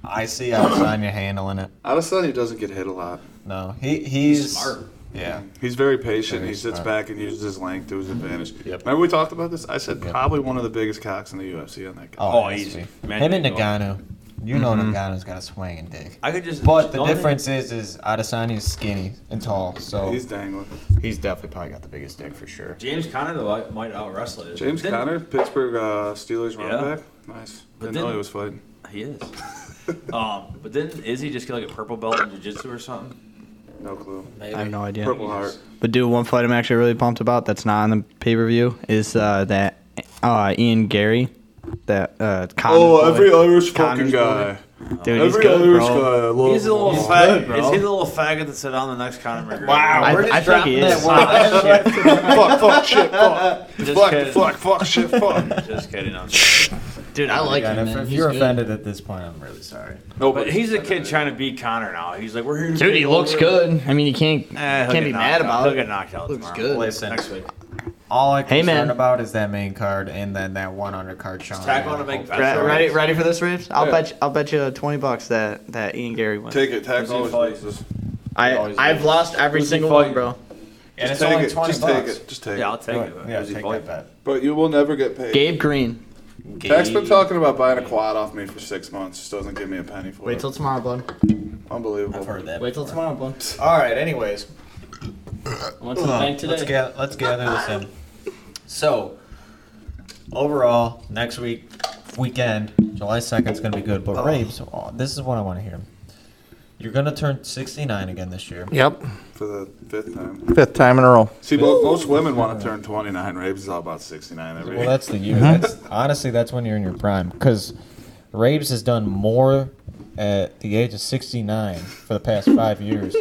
I see Adesanya handling it.
Adesanya doesn't get hit a lot.
No, he he's
Smart.
Yeah,
He's very patient. he sits
smart.
back and uses his length to his advantage.
Yep.
Remember we talked about this? I said probably one of the biggest cocks in the UFC on that guy.
Oh,
it has
easy.
to be.
Man,
Him and
you go.
Nagano. You know Nagano's got a swinging dick.
I could just.
But the
only thing-
difference is, is Adesanya's skinny and tall, so
He's
he's,
dangling.
definitely probably got the biggest dick for sure.
James Conner though I- might out wrestle it.
James
Didn't-
Conner, Pittsburgh uh, Steelers running
Yeah.
back. Nice.
But
Didn't know
then-
he was fighting.
He is. um, but didn't Izzy just get like a purple belt in jiu-jitsu or something?
No clue.
I have no idea.
Purple Heart.
But dude, one fight I'm actually really pumped about that's not on the pay per view is uh, that uh, Ian Gary, that uh, Connor's
Oh,
boy.
every Irish
Connor's
fucking guy.
Dude, he's
Every
good,
Irish
bro.
guy. I love
He's a little
him.
faggot.
good,
is
bro.
he the little faggot that said on the next Conor McGregor?
I,
We're just
I think he
dropping
is.
that word.
fuck, fuck, shit, fuck.
Just
Fuck,
kidding.
fuck, fuck, shit, fuck.
Just kidding. I'm
Dude, I like
And
him.
if,
man.
if
He's
you're
good.
offended at this point, I'm really sorry.
No,
But he's a kid trying to beat Connor now. He's like, we're here. To
Dude, he
take
looks
over.
good. I mean, you can't
Eh,
can't
he'll get
be
knocked
mad
out.
about
He'll
it.
get knocked out.
Looks
tomorrow.
good.
Listen,
Next week.
all I'm
Hey, man.
concerned about is that main card and then that one undercard. Sean
Tack on
O'Malley.
to make
Re-
bets.
ready, ready for this, Reeves? I'll
Yeah.
bet you, I'll bet you twenty bucks that, that Ian Gary wins.
Take it. Tax
Who's he
always
fighting?
loses.
I
always
I've lost every
Who's he
single one,
fighting?
bro.
And
Just
it's
take
only
it.
twenty
Just
bucks.
take it. Just take
Yeah, I'll
it.
take it.
Yeah,
Who's he
take
fighting?
that bet.
But you will never get paid.
Gabe Green.
Tack's been talking about buying a quad off me for six months. Just doesn't give me a penny for it.
tomorrow, bud.
Unbelievable.
I've heard that.
till tomorrow, bud.
All right. Anyways,
Went to the bank
Let's,
today.
ga- let's gather this in. So, overall, next week, weekend, July 2nd is going to be good. But, Raves, oh, this is what I want to hear. You're going to turn 69 again this year.
Yep,
For the fifth time.
fifth time in a row.
See, mo- most women want to turn 29. Rabes is all about 69 every
Well, that's the year. That's, honestly, that's when you're in your prime. Because Raves has done more at the age of 69 for the past five years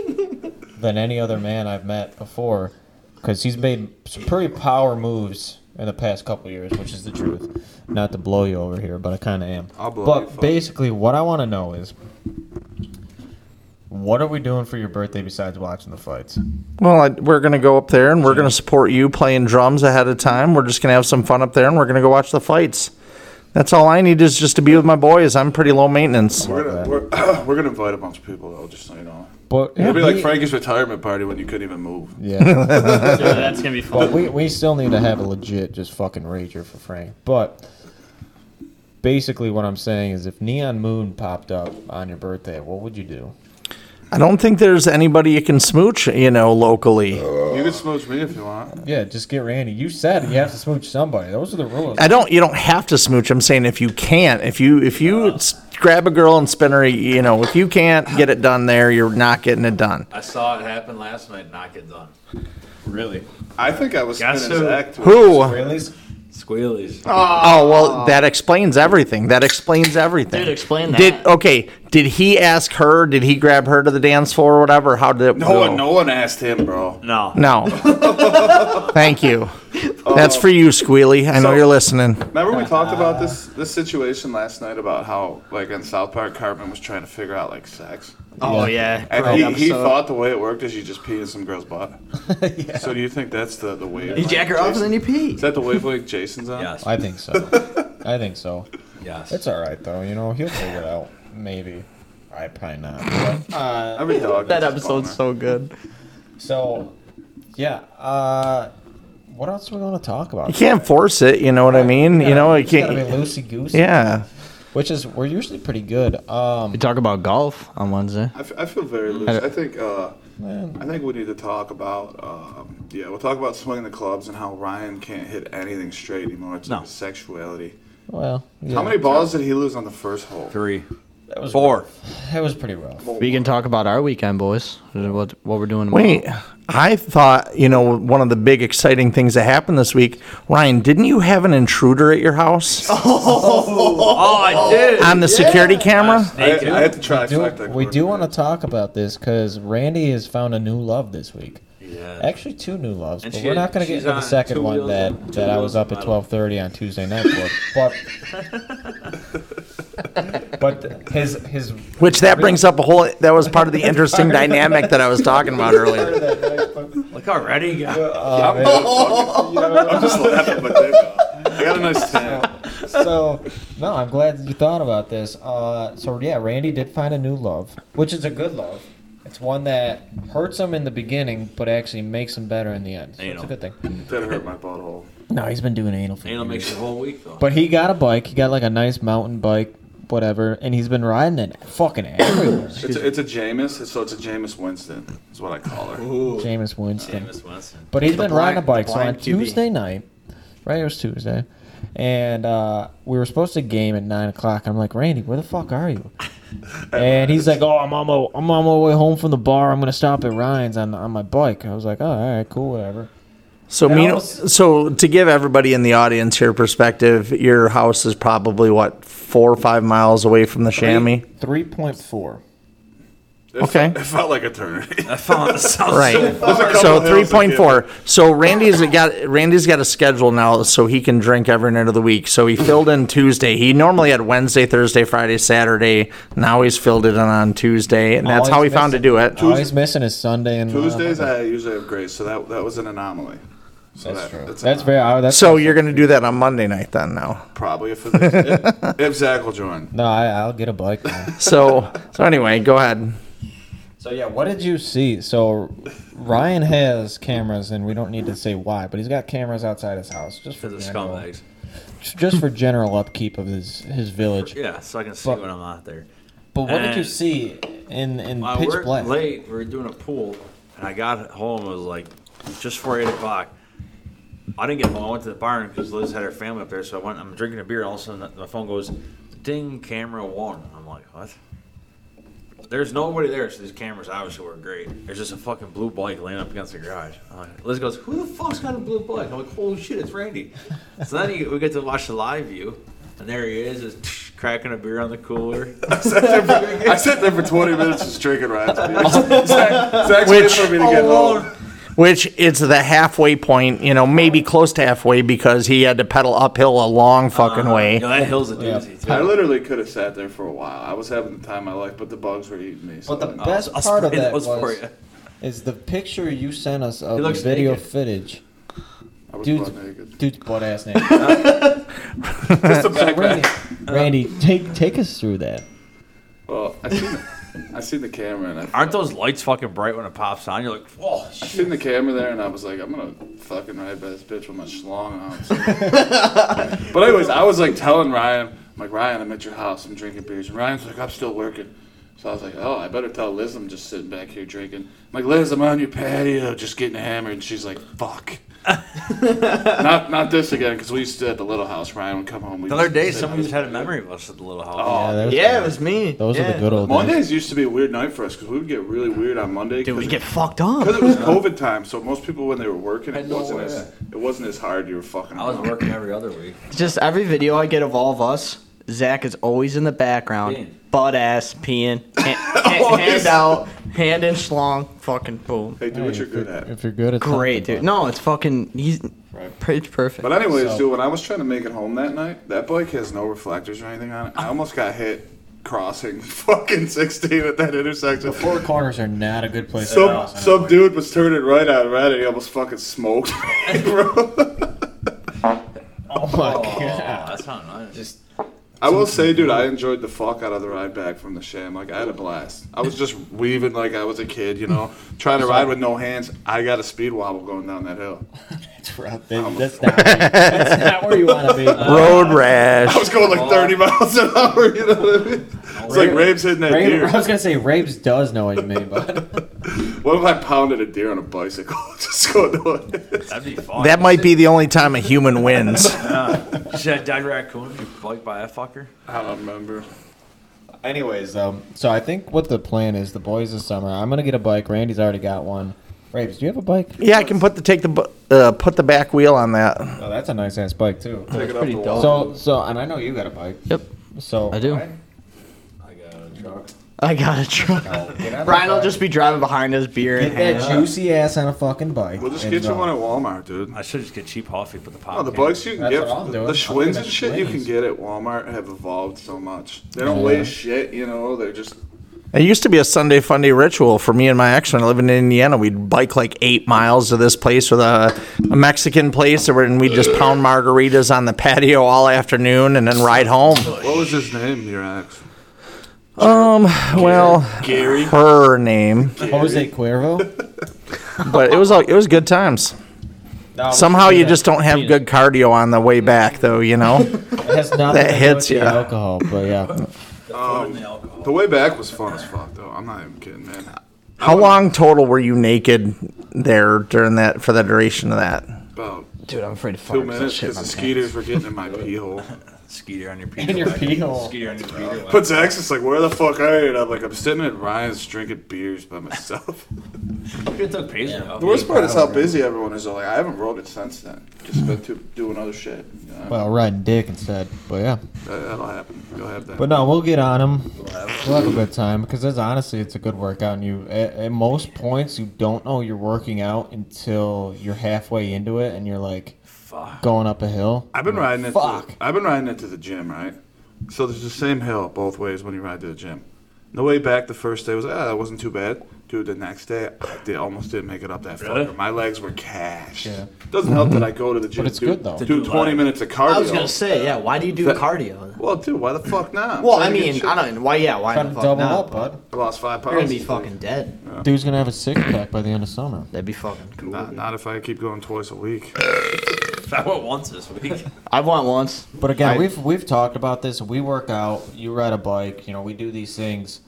than any other man I've met before. Because he's made some pretty power moves in the past couple years, which is the truth. Not to blow you over here, but I kind of am.
I'll blow you,
but
fuck.
basically, what I want to know is. What are we doing for your birthday besides watching the fights?
Well, I, we're gonna go up there and we're gonna support you playing drums ahead of time. We're just gonna have some fun up there and we're gonna go watch the fights. That's all I need is just to be with my boys. I'm pretty low maintenance.
We're gonna, we're, we're gonna invite a bunch of people though, just so you know.
But
It'll be
we-
like Frankie's retirement party when you couldn't even move.
Yeah.
That's gonna be fun.
But we, we still need to have a legit just fucking rager for Frank. But basically, what I'm saying is, if Neon Moon popped up on your birthday, what would you do?
I don't think there's anybody you can smooch, you know, locally.
You can smooch me if you want.
Yeah, just get Randy. You said you have to smooch somebody. Those are the rules.
I don't. You don't have to smooch. I'm saying if you can't, if you if you s grab a girl and spin her, you know, if you can't get it done there, you're not getting it done.
I saw it happen last night. Not get done. Really?
I think I was
Guess
spinning
who?
Zach to
Who?
Squealies.
Oh well, that explains everything. That explains everything.
Dude, explain that.
Did okay? Did he ask her? Did he grab her to the dance floor or whatever? How did it
No
go?
one, no one asked him, bro.
No.
No. Thank you. That's for you, Squealy. I know
So-
you're listening.
Remember we talked about this this situation last night about how like in South Park Cartman was trying to figure out like sex,
Oh yeah,
and
great
he, he
episode.
thought the way it worked is you just pee in some girl's butt. So do you think that's the the wave?
you jack her off and then you pee.
Is that the wavelength Jason's on?
Yes.
I think so. I think so.
Yes.
It's all right though. You know he'll figure it out. Maybe. I probably not. But, uh,
Every dog.
That
has a
episode's so
boner.
good.
so, yeah. Uh, what else are we going to talk about?
You can't force it. You know what I mean? You know, you
It's gotta be
can't.
loosey goosey.
Yeah.
which is we're usually pretty good. Um,
we talk about golf on Wednesday.
I, f- I feel very loose. I think uh, I think we need to talk about um, yeah, we'll talk about swinging the clubs and how Ryan can't hit anything straight anymore. It's like his sexuality.
Well, yeah.
how many balls did he lose on the first hole?
Three.
That was
Four.
That was pretty rough.
We can talk about our weekend, boys. What what we're doing. tomorrow.
Wait, I thought, you know, one of the big exciting things that happened this week, Ryan, didn't you have an intruder at your house
Oh, I did.
on the security camera?
I, I had to try.
Do- we do want to talk about this because Randy has found a new love this week.
Yeah.
Actually, two new loves,
And
but
she-
we're not going to
she's
get into the
on two
second one
wheels-
that,
two
that I
wheels
was up at
pedal.
twelve thirty on Tuesday night for. But but his his
Which that brings up a whole, that was part of the interesting dynamic that I was talking about earlier.
Like already, yeah.
Oh, man.
I'm just laughing, but they know. I got a nice tan.
so no, I'm glad that you thought about this. Uh, so yeah, Randy did find a new love, which is a good love. It's one that hurts him in the beginning, but actually makes him better in the end. So it's
Anal.
a good thing.
That hurt my butthole.
No, he's been doing anal for
Anal
years.
makes you whole week though.
But he got a bike. He got like a nice mountain bike, whatever, and he's been riding it fucking everywhere.
It's
Excuse
a, it's a Jameis, so it's a Jameis Winston. Is what I call her.
me, Jameis Winston.
Jameis Winston.
But he's
The
been riding a bike.
blind- the
So on
blind QB.
Tuesday night, right? It was Tuesday, and uh, we were supposed to game at nine o'clock. I'm like, Randy, where the fuck are you? And he's like, Oh, I'm on my I'm on my way home from the bar. I'm gonna stop at Ryan's on on my bike. I was like, Oh, all right, cool, whatever.
So, Mino, so to give everybody in the audience here perspective, your house is probably what four or five miles away from the chamois.
Three point four.
It
Okay.
Felt, it felt like eternity.
I found this out
Right.
so-
So
couple
three
hills
point four. So Randy's got Randy's got a schedule now, so he can drink every night of the week. So he filled in Tuesday. He normally had Wednesday, Thursday, Friday, Saturday. Now he's filled it in on Tuesday, and that's
Always
how he found to
missing.
do it.
All Oh, he's missing is Sunday and uh,
Tuesdays I usually have grace, so that that was an anomaly. So
That's
that,
true.
That's,
That's
very
very. I- That's
So you're gonna do that on Monday night then now.
probably if, if, if Zach will join.
no. I, I'll get a bike. man.
So so anyway, go ahead.
so yeah, what did you see? So Ryan has cameras, and we don't need to say why, but he's got cameras outside his house just for
To the
general-
scumbags.
just for general upkeep of his his village.
Yeah, so I can see
But-
when I'm out there.
But what did you
And-
see in in
Well,
pitch
we're
black?
late. We were doing a pool, and I got home. It was like just before eight o'clock. I didn't get home. I went to the barn because Liz had her family up there. So I went. I'm drinking a beer. And all of a sudden, my phone goes, "Ding, camera one." I'm like, "What?" There's nobody there, so these cameras obviously were great. There's just a fucking blue bike laying up against the garage. I'm like, Liz goes, "Who the fuck's got a blue bike?" I'm like, "Holy shit, it's Randy!" so then you, we get to watch the live view, and there he is, just cracking a beer on the cooler.
I sat there for 20 minutes just drinking Ryan's beer. Zach, Zach's waiting
Which-
for me to get home.
Which it's the halfway point, you know, maybe close to halfway because he had to pedal uphill a long
Oh
fucking way.
Uh, You know, that hill's a doozy. too.
I literally could have sat there for a while. I was having the time of my life, but the bugs were eating me. So
But the
I-
best
I'll
part of
spray
that
those
was
for ya.
is the picture you sent us of
He
the
looks
video
naked.
footage.
I was
Dude's
butt naked.
dude's butt ass
Uh,
naked.
Just a
Randy,
backpack.
Randy, take take us through that.
Well, I seen, the, I seen the camera and I
Aren't those lights fucking bright when it pops on? You're like, whoa,
I
shit.
seen the camera there and I was like, I'm gonna fucking ride by this bitch with my schlong on. So- but anyways, I was like telling Ryan, I'm like Ryan, I'm at your house, I'm drinking beers, and Ryan's like, I'm still working. So I was like, oh, I better tell Liz I'm just sitting back here drinking. I'm like, Liz, I'm on your patio just getting hammered. And she's like, fuck. not not this again, because we used to at the little house. Ryan would come home.
The other day, someone just had a memory of us at the little house.
Oh,
that was-
Yeah, it was me.
Those
yeah.
are the good old days.
Mondays used to be a weird night for us because we would get really weird on Monday.
Dude,
'cause
we
it-
get fucked up.
Because it was COVID time, so most people when they were working, it
know,
wasn't as it wasn't as hard. You were fucking.
I was
around.
working every other week.
Just every video I get of all of us, Zach is always in the background,
Peeing.
butt ass peeing, hand, hand out, hand in schlong, fucking boom.
Hey, do what you're good at.
If you're good at
Great, dude.
something,
No, it's fucking. He's
Right.
pitch perfect.
But anyways,
So-
dude, when I was trying to make it home that night, that bike has no reflectors or anything on it. I almost got hit crossing fucking 16 at that intersection.
but- Four corners are not a good place. to
Some
cross on a
some
bike.
dude was turning right on red, and he almost fucking smoked. me, bro.
Oh my
Oh,
god.
that's not nice. Just
I will say, dude, I enjoyed the fuck out of the ride back from the sham. Like I had a blast. I was just weaving like I was a kid, you know, trying to ride with no hands. I got a speed wobble going down that hill.
That's rough. That, that's, not, that's not where you want to be.
Road rash.
I was going like 30 miles an hour. You know what I mean? It's like Rabe's hitting that
Rabe-
deer.
I was gonna say Rabe's does know what you mean, but
What if I pounded a deer on a bicycle? Just go do it.
That'd be fun.
That might be the only time a human wins.
Uh, should I die raccoon if you bite by a fucker?
I don't remember.
Anyways, um,
so I think what the plan is, the boys this summer. I'm gonna get a bike. Randy's already got one. Raves, do you have a bike?
Yeah, I can put the take the bu- uh, put the back wheel on that.
Oh, that's a nice ass bike too.
Take it off the wall.
So, so, and I know you got a bike.
Yep.
So
I do.
I got a truck.
I got a truck.
get on the
Brian will
bike.
just be driving behind us, beer in
Get
hand.
that juicy ass on a fucking bike.
We'll just
and uh,
get you
go.
one at Walmart, dude.
I should just get cheap coffee, but the pop.
Oh, the
can-
bikes you can
That's
get,
what I'm doing.
the
I'm
Schwins
getting
and shit you can
Schwins.
get at Walmart have evolved so much. They don't weigh shit, you know. They're just
It used to be a Sunday Funday ritual for me and my ex when I lived in Indiana. We'd bike like eight miles to this place with a, a Mexican place, and we'd just pound margaritas on the patio all afternoon and then ride home.
what was his name? Your ex.
Um, well,
Gary.
her name,
Jose Cuervo.
but it was all, it was good times. Somehow you just don't have good cardio on the way back, though. You know,
It has nothing
That
to do
hits
with the
ya.
alcohol, but yeah.
The way back was fun as fuck, though. I'm not even kidding, man.
how long total were you naked there during that for the duration of that?
About
Dude, I'm afraid to fart.
two minutes because the skeeters were getting in my pee hole.
Skeeter on your pee.
In your
leg.
pee hole.
Skeeter on your pee hole.
But Zach's just like, where the fuck are you? And I'm like, I'm sitting at Ryan's drinking beers by myself.
It took pays enough.
the worst part is how busy everyone is. Though. Like, I haven't rode it since then. Just been to doing other shit. You know?
Well, riding dick instead, but yeah.
that, that'll happen. You'll have that.
But no, we'll get on them. We'll have a good time because that's honestly, it's a good workout. And you, at, at most points, you don't know you're working out until you're halfway into it, and you're like
Fuck.
going up a hill.
I've been
You're like,
riding it.
Fuck.
To, I've been riding it to the gym, right? So there's the same hill both ways when you ride to the gym. And the way back the first day was ah, that wasn't too bad. Dude, the next day I did, almost didn't make it up that
Really?
fucker. My legs were cashed.
Yeah.
Doesn't help that I go to the gym.
it's
dude,
good, though. To
Do
do
20
live.
minutes of cardio.
I was gonna say, yeah. Why do you do cardio?
Well, dude, why the fuck not?
Well, I
Trying to get
mean,
shit-
I don't. Why? Yeah, why
Trying
the
to
fuck
double
not?
up, bud.
I lost five pounds.
You're gonna be fucking dead.
Dude's gonna have a six pack by the end of summer.
That'd be fucking cool.
Not, not if I keep going twice a week.
I went once this week.
I want once.
But again,
I-
we've we've talked about this. We work out. You ride a bike. You know, we do these things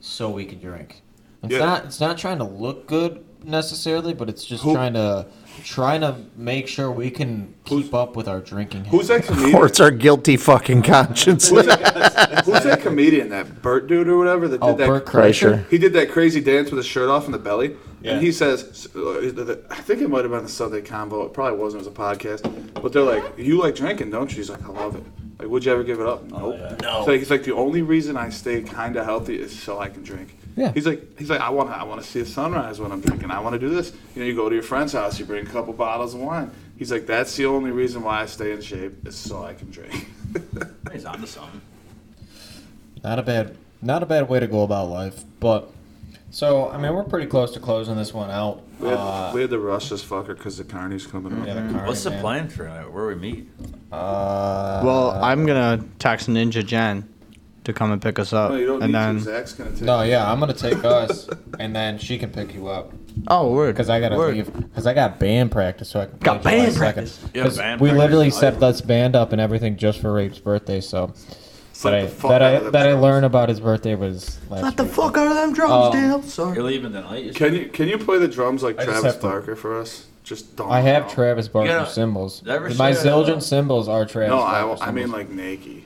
so we can drink. It's
Yeah.
not it's not trying to look good necessarily, but it's just
Who-
trying to trying to make sure we can keep up with our drinking.
Who's
habits.
that comedian?
Or it's our guilty fucking conscience.
Who's that, who's that comedian? That Bert dude or whatever that did
Oh,
that
Bert
Kreischer.
Kreischer.
He did that crazy dance with his shirt off in the belly,
Yeah.
and he says, uh, "I think it might have been the Sunday convo. It probably wasn't. It was a podcast, but they're like, you like drinking, don't you?' He's like, I love it. Like, would you ever give it up?
Oh,
Nope. No. It's like, he's like, the only reason I stay kind of healthy is so I can drink.
Yeah.
He's like, he's like, I want to, I want to see a sunrise when I'm drinking. I want to do this. You know, you go to your friend's house, you bring a couple bottles of wine. He's like, that's the only reason why I stay in shape is so I can drink.
He's onto something.
Not a bad not a bad way to go about life. But so I mean, we're pretty close to closing this one out.
We had,
Uh,
we had to rush this fucker because the carney's coming up.
yeah, the car,
What's the
man.
plan for tonight? Where we meet?
Uh,
Well, I'm gonna text Ninja Jen to come and pick us up,
No, you don't
and
need
then
to. Zach's gonna take.
no, yeah, I'm gonna take us, and then she can pick you up.
oh, word,
Because I gotta
word.
leave. Because I got band practice, so I can
Got
play July
band
2nd.
practice.
Yeah,
'Cause
band
we
practice
literally
is
set
valuable.
let's band up and everything just for Rape's birthday. So that
Let
I
the fuck
that
out
I
of them
that I
drums.
learned about his birthday was last
Let the
week.
fuck out of them drums,
Um,
Dale. Sorry.
You're leaving tonight. You
Can you can you play the drums like
I just
Travis
have to-
Barker for us? Just don't.
I have
no.
Travis Barker
gotta-
cymbals.
Did I ever
My
show you that,
Zildjian
uh,
cymbals are Travis.
No,
Barker
I, I mean
cymbals.
like Nike.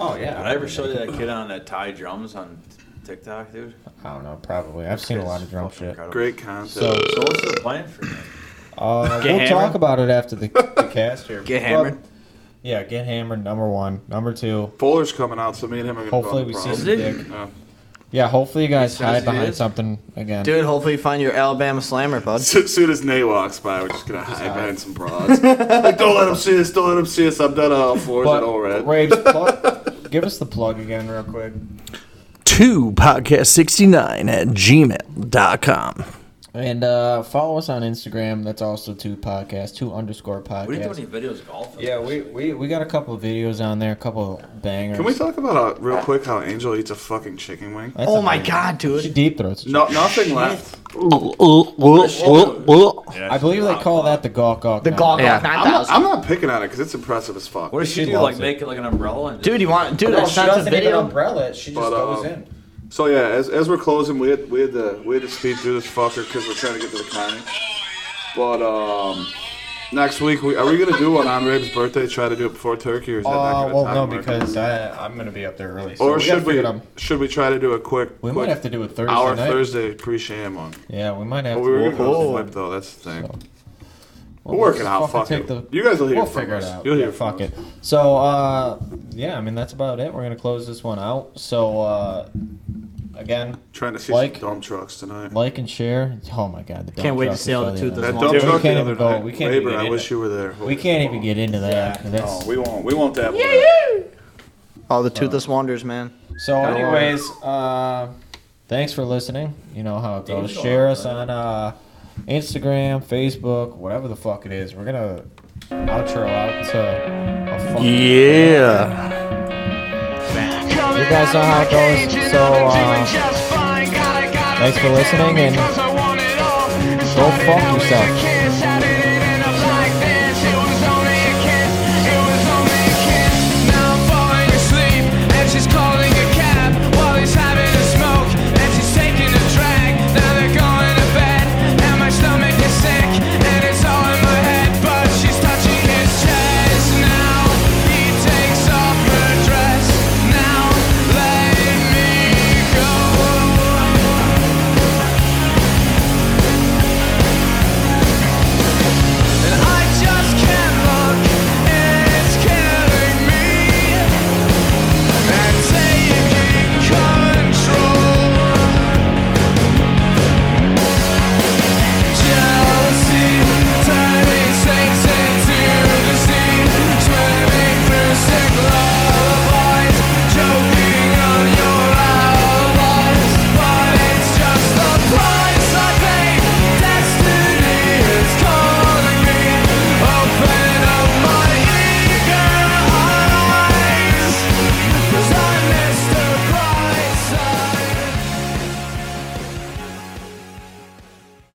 oh yeah.
Did I ever show you that kid on that tie drums on TikTok, dude?
I don't know. Probably. I've seen a lot of drum
Fucking
shit.
incredible.
Great concept.
So
So what's the plan for tonight?
uh,
Get
we'll
hammered.
talk about it after the, the cast here.
Get
But-
hammered.
Yeah, get hammered. Number one. Number two.
Fuller's coming out, so me and him are gonna.
Hopefully
go
we
on
see
the
some
Is it?
dick.
prom.
Yeah, hopefully you guys
says
hide
it
behind
is?
something again.
Dude, hopefully you find your Alabama Slammer, bud.
Yeah. So, soon as Nate walks by, we're just gonna hide behind some broads. like, don't let him see us. Don't let him see us. I'm done on all fours at all red.
Raves, plug, give us the plug again real quick.
Two podcast sixty nine at gmail.com.
And uh, follow us on Instagram. That's also two podcast, two underscore podcast.
We didn't do any videos of golf.
Yeah, we, we, we got a couple of videos on there, a couple of bangers.
Can we talk about uh, real quick how Angel eats a fucking chicken wing?
That's
oh
a
my
banger.
god,
She
dude.
deep throats.
No, nothing left.
I believe they call that the gawk gawk.
The
now.
Gawk
Yeah.
Gawk
I'm not,
9000.
I'm not picking on it because it's impressive as fuck.
What does she,
She
do? Like
loves it.
make it like an umbrella? And
Dude, you want dude,
No,
it's
she
not
doesn't
Oh, a
even
video.
umbrella it. She just
But,
goes
um,
in.
So yeah, as, as we're closing, we had we had to we had to speed through this fucker because we're trying to get to the county. But um, next week we are we gonna do one on Rabe's birthday? Try to do it before turkey, or is that not
Uh,
gonna
well,
time
no,
work?
because I, I'm going to be up there early. So
or
we gotta
should we
figure it out.
should we try to do a quick
We
quick
might have to do it Thursday
hour
night.
Thursday pre sham one?
Yeah, we might have
Well,
to.
we were gonna go
We'll-
flip though. That's the thing.
So.
We're working
just
out. Fuck
fucking
it.
take the-
You guys will hear
We'll
from
figure it
us.
out.
You'll hear
Yeah,
from
fuck
us.
it. So, uh, yeah, I mean, that's about it. We're going to close this one out. So, uh, again,
Trying to see
Like-
some dumb trucks tonight.
like and share. Oh, my God. The dump
Can't wait to
truck is
see all the
funny
two
though.
that-
that
Dude,
dump
we
truck the
can't
other
even go-
night.
we can't
Labor,
even
I
get
wish
it.
you were there.
We can't even get into that. That's,
No, Oh, we won't. We won't dabble. Yeah,
All Oh, the toothless wonders, man.
So, anyways, uh, thanks for listening. You know how it goes. Share us on uh, Instagram, Facebook, whatever the fuck it is. We're gonna outro out to a fucking.
Yeah.
You guys know how it goes. So, uh, thanks for listening and go fuck yourself.
yourself.